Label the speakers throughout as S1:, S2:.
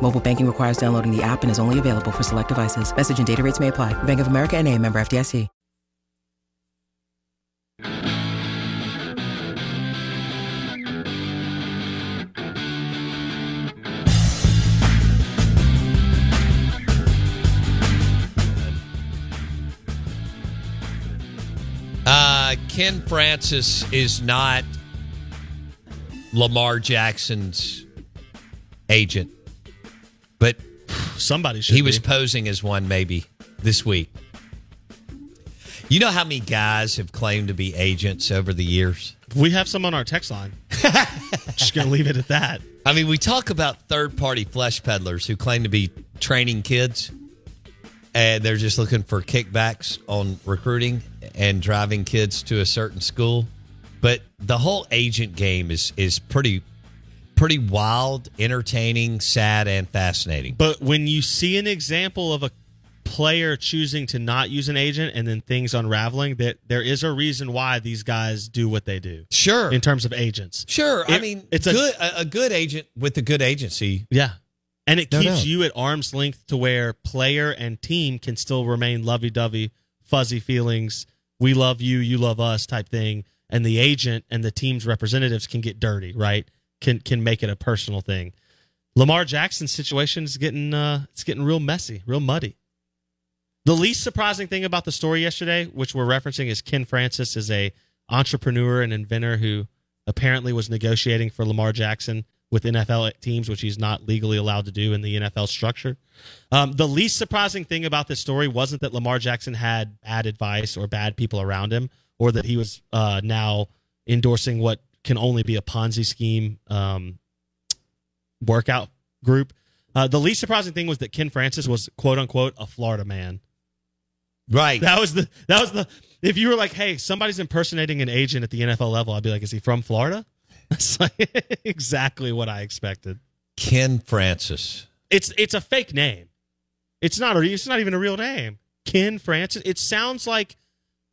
S1: Mobile banking requires downloading the app and is only available for select devices. Message and data rates may apply. Bank of America and a member FDIC.
S2: Uh, Ken Francis is not Lamar Jackson's agent, but
S3: Somebody should.
S2: he was
S3: be.
S2: posing as one maybe this week. You know how many guys have claimed to be agents over the years?
S3: We have some on our text line. Just gonna leave it at that.
S2: I mean, we talk about third party flesh peddlers who claim to be training kids and they're just looking for kickbacks on recruiting and driving kids to a certain school. But the whole agent game is is pretty pretty wild, entertaining, sad, and fascinating.
S3: But when you see an example of a player choosing to not use an agent and then things unraveling, that there is a reason why these guys do what they do
S2: Sure.
S3: in terms of agents.
S2: Sure. I
S3: It-
S2: mean it's
S3: it's a-
S2: a good a, a good agent with a good agency.
S3: Yeah. And it
S2: No
S3: keeps
S2: doubt.
S3: you at arm's length to where player and team can still remain lovey dovey, fuzzy feelings, we love you, you love us type thing. And the agent and the team's representatives can get dirty, right? Can can make it a personal thing. Lamar Jackson's situation is getting uh it's getting real messy, real muddy. The least surprising thing about the story yesterday, which we're referencing, is Ken Francis is a entrepreneur and inventor who apparently was negotiating for Lamar Jackson with NFL teams, which he's not legally allowed to do in the NFL structure. Um, the least surprising thing about this story wasn't that Lamar Jackson had bad advice or bad people around him, or that he was uh, now endorsing what can only be a Ponzi scheme um, workout group. Uh, the least surprising thing was that Ken Francis was quote unquote a Florida man.
S2: Right.
S3: That was the that was the if you were like, hey, somebody's impersonating an agent at the NFL level, I'd be like, is he from Florida? That's like exactly what I expected.
S2: Ken Francis.
S3: It's it's a fake name. It's not a, it's not even a real name. Ken Francis. It sounds like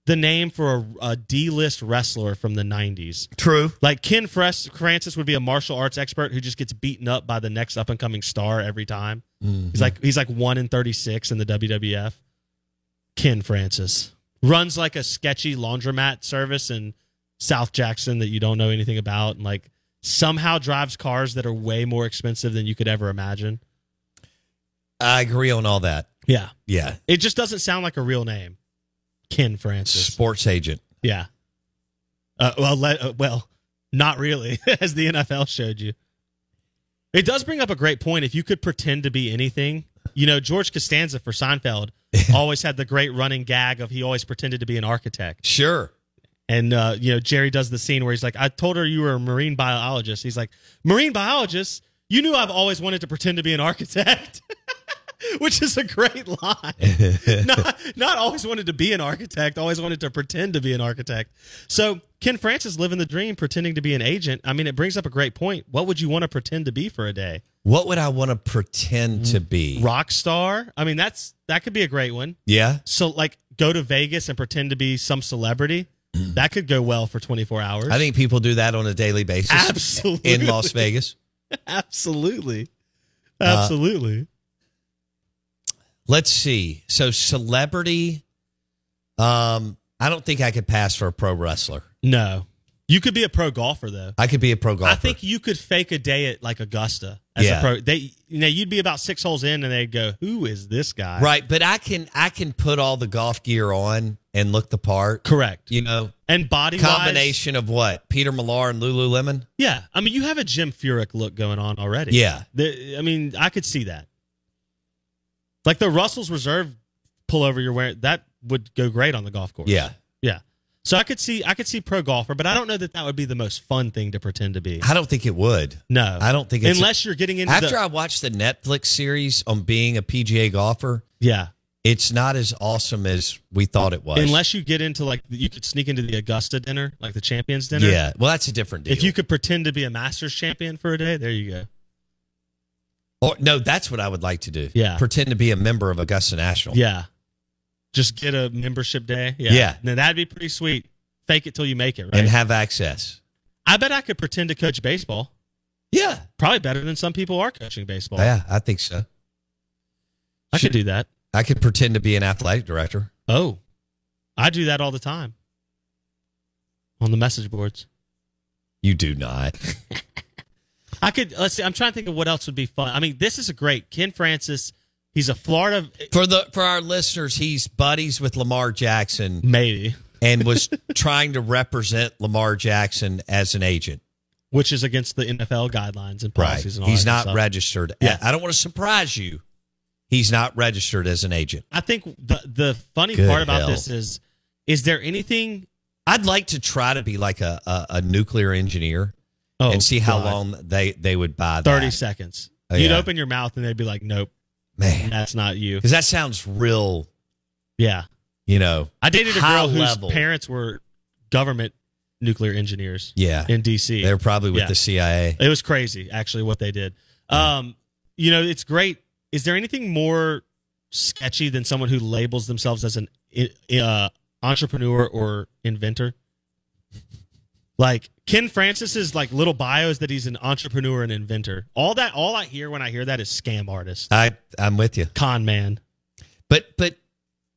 S3: the name for a, a D list wrestler from the '90s.
S2: True.
S3: Like Ken Fres- Francis would be a martial arts expert who just gets beaten up by the next up and coming star every time. He's like he's like one in thirty six in the WWF. Ken Francis runs like a sketchy laundromat service in South Jackson that you don't know anything about, and like somehow drives cars that are way more expensive than you could ever imagine.
S2: I agree on all that.
S3: Yeah,
S2: Yeah.
S3: it just doesn't sound like a real name, Ken Francis.
S2: Sports agent.
S3: Yeah. Uh, well, let, uh, well, not really, as the NFL showed you. It does bring up a great point. If you could pretend to be anything, you know, George Costanza for Seinfeld always had the great running gag of he always pretended to be an architect.
S2: Sure.
S3: And, uh, you know, Jerry does the scene where he's like, I told her you were a marine biologist. He's like, Marine biologist? You knew I've always wanted to pretend to be an architect, which is a great line not, not always wanted to be an architect, always wanted to pretend to be an architect. So Ken Francis living the dream, pretending to be an agent. I mean, it brings up a great point. What would you want to pretend to be for a day?
S2: What would I want to pretend to be?
S3: Mm-hmm. Rock star? I mean, that's that could be a great one.
S2: Yeah.
S3: So like go to Vegas and pretend to be some celebrity, that could go well for 24 hours.
S2: I think people do that on a daily basis
S3: Absolutely.
S2: in Las Vegas.
S3: Absolutely. Uh, Absolutely.
S2: Let's see. So celebrity um I don't think I could pass for a pro wrestler.
S3: no. You could be a pro golfer though.
S2: I could be a pro golfer.
S3: I think you could fake a day at like Augusta as
S2: Yeah.
S3: a pro. They you know, you'd be about 6 holes in and they'd go, "Who is this guy?"
S2: right, but I can I can put all the golf gear on and look the part.
S3: Correct.
S2: You know,
S3: And body
S2: combination of what? Peter Millar and Lululemon?
S3: Yeah, I mean, you have a Jim Furyk look going on already.
S2: Yeah.
S3: The- I mean, I could see that. Like the Russell's Reserve pullover you're wearing, that would go great on the golf course.
S2: Yeah.
S3: yeah. So I could see, I could see pro golfer, but I don't know that that would be the most fun thing to pretend to be.
S2: I don't think it would.
S3: No,
S2: I don't think it's
S3: unless you're getting into
S2: After
S3: the,
S2: I watched the Netflix series on being a PGA golfer,
S3: yeah,
S2: it's not as awesome as we thought it was.
S3: unless you get into like you could sneak into the Augusta dinner, like the Champions dinner.
S2: Yeah. Well, that's a different deal.
S3: If you could pretend to be a Masters champion for a day, there you go.
S2: Or no, that's what I would like to do.
S3: Yeah.
S2: Pretend to be a member of Augusta National.
S3: Yeah. Just get a membership day. Yeah.
S2: Yeah.
S3: Now that'd be pretty sweet. Fake it till you make it, right?
S2: And have access.
S3: I bet I could pretend to coach baseball.
S2: Yeah.
S3: Probably better than some people are coaching baseball.
S2: Yeah, I think so.
S3: I could do that.
S2: I could pretend to be an athletic director.
S3: Oh. I do that all the time. On the message boards.
S2: You do not.
S3: I could let's see, I'm trying to think of what else would be fun. I mean, this is a great Ken Francis. He's a Florida
S2: For the for our listeners, he's buddies with Lamar Jackson
S3: maybe,
S2: and was trying to represent Lamar Jackson as an agent.
S3: which is against the NFL guidelines and
S2: Right.
S3: policies and all
S2: He's
S3: that good
S2: not
S3: stuff.
S2: registered.
S3: Yeah.
S2: I don't want to surprise you. He's not registered as an agent.
S3: I think the the funny
S2: Good
S3: part about
S2: hell.
S3: this is is there anything
S2: I'd like to try to be like a a, a nuclear engineer
S3: oh,
S2: and see how
S3: God.
S2: long they they would buy that.
S3: 30 seconds.
S2: Oh,
S3: You'd
S2: yeah.
S3: open your mouth and they'd be like, nope,
S2: man.
S3: that's not you.
S2: Because that sounds real,
S3: Yeah.
S2: you know.
S3: I dated a
S2: high
S3: girl whose
S2: level.
S3: parents were government nuclear engineers
S2: Yeah.
S3: in D.C.
S2: They're probably with
S3: Yeah.
S2: the CIA.
S3: It was crazy, actually, what they did. Um, you know, it's great. Is there anything more sketchy than someone who labels themselves as an i- uh, entrepreneur or inventor? Like Ken Francis's like little bio is that he's an entrepreneur and inventor. All that, all I hear when I hear that is scam artist,
S2: I I'm with you.
S3: con man,
S2: But but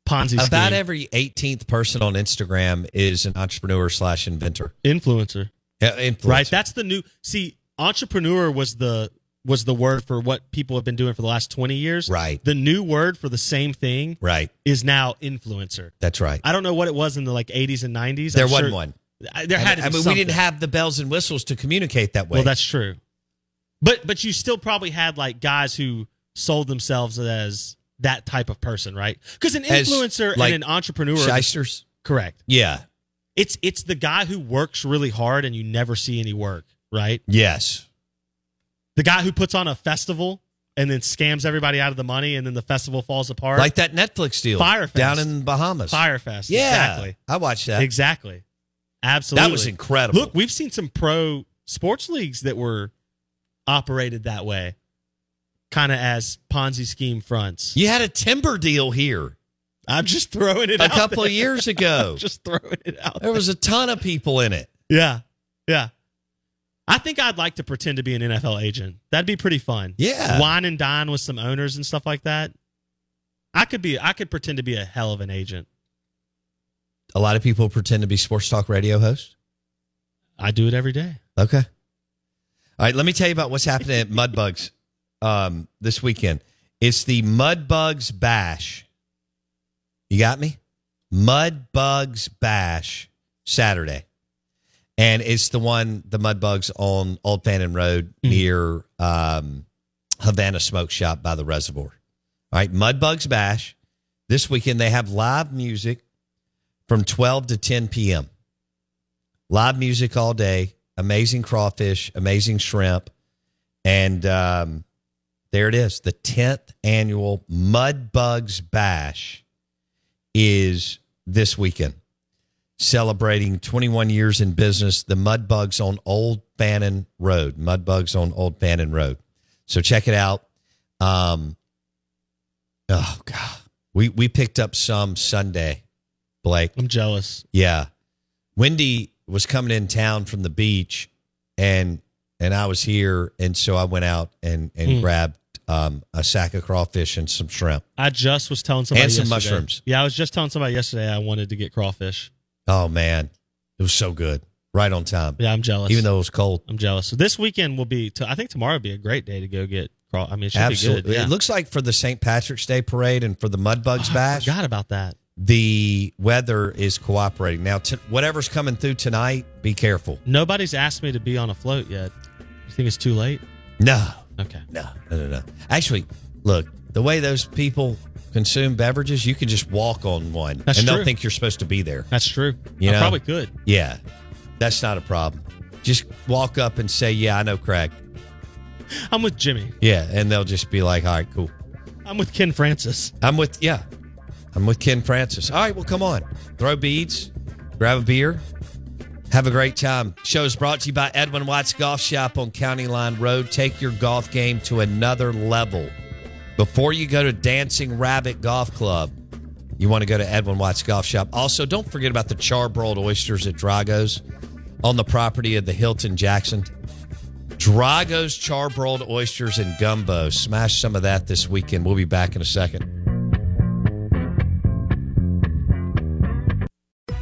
S3: Ponzi scheme,
S2: about every 18th person on Instagram is an entrepreneur slash inventor.
S3: influencer.
S2: Uh, influencer.
S3: right that's the new see entrepreneur was the was the word for what people have been doing for the last 20 years
S2: Right.
S3: the new word for the same thing
S2: Right.
S3: is now influencer
S2: That's right.
S3: i don't know what it was in the like 80s and 90s
S2: there
S3: I'm
S2: wasn't
S3: sure-
S2: one.
S3: I, there had to
S2: I
S3: be
S2: mean, we
S3: something.
S2: didn't have the bells and whistles to communicate that way.
S3: well that's true but but you still probably had like guys who sold themselves as that type of person right because an
S2: As,
S3: influencer
S2: like,
S3: and an entrepreneur
S2: shysters.
S3: correct
S2: Yeah.
S3: it's it's the guy who works really hard and you never see any work right
S2: Yes.
S3: the guy who puts on a festival and then scams everybody out of the money and then the festival falls apart
S2: Like that Netflix deal
S3: Firefest.
S2: down in the Bahamas.
S3: firefest
S2: Yeah.
S3: exactly
S2: I watched that.
S3: exactly absolutely
S2: That was incredible.
S3: look we've seen some pro sports leagues that were operated that way kind of as ponzi scheme fronts
S2: you had a timber deal here
S3: i'm just throwing it
S2: a
S3: out
S2: couple
S3: there.
S2: of years ago.
S3: just throwing it out
S2: there was a ton of people in it.
S3: yeah yeah i think i'd like to pretend to be an nfl agent that'd be pretty fun
S2: Yeah.
S3: wine and dine with some owners and stuff like that. I could be I could pretend to be a hell of an agent.
S2: A lot of people pretend to be sports talk radio hosts.
S3: I do it every day.
S2: Okay. All right. Let me tell you about what's happening at Mudbugs um, this weekend. It's the Mudbugs Bash. You got me? Mudbugs Bash Saturday. And it's the one, the Mudbugs on Old Fannin Road near um, Havana Smoke Shop by the reservoir. All right. Mudbugs Bash. This weekend, they have live music from 12 to 10 p.m live music all day, amazing crawfish, amazing shrimp, and um, there it is. The tenth annual Mud Bugs Bash is this weekend, celebrating 21 years in business. The Mud Bugs on Old Fannin Road, Mud Bugs on Old Fannin Road. So check it out. Um, oh God, we we picked up some Sunday Blake.
S3: I'm jealous.
S2: Yeah. Wendy was coming in town from the beach and and I was here and so I went out and and
S3: Mm.
S2: grabbed um a sack of crawfish and some shrimp.
S3: I just was telling somebody
S2: And some
S3: yesterday-
S2: mushrooms.
S3: Yeah, I was just telling somebody yesterday I wanted to get crawfish.
S2: Oh man. It was so good. Right on time.
S3: Yeah, I'm jealous.
S2: Even though it was cold.
S3: I'm jealous. So this weekend will be. T- I think tomorrow would be a great day to go get craw. I mean, it should be
S2: Absolutely.
S3: good. Yeah.
S2: It looks like for the St. Patrick's Day parade and for the Mud Bugs
S3: Oh, I
S2: bash,
S3: forgot about that.
S2: the weather is cooperating. Now, t- whatever's coming through tonight, be careful.
S3: Nobody's asked me to be on a float yet. You think it's too late?
S2: No,
S3: Okay.
S2: no, no, no, no. Actually, look, the way those people consume beverages, you can just walk on one
S3: That's
S2: and they'll
S3: true.
S2: think you're supposed to be there.
S3: That's true.
S2: You
S3: I
S2: know?
S3: probably could.
S2: Yeah, that's not a problem. Just walk up and say, Yeah, I know Craig.
S3: I'm with Jimmy.
S2: Yeah. And they'll just be like, All right, cool.
S3: I'm with Ken Francis.
S2: I'm with yeah. I'm with Ken Francis. All right, well come on. Throw beads, grab a beer, have a great time. Show is brought to you by Edwin White's Golf Shop on County Line Road. Take your golf game to another level. Before you go to Dancing Rabbit Golf Club, you want to go to Edwin White's Golf Shop. Also, don't forget about the charbroiled oysters at Drago's on the property of the Hilton Jackson. Drago's charbroiled oysters and gumbo. Smash some of that this weekend. We'll be back in a second.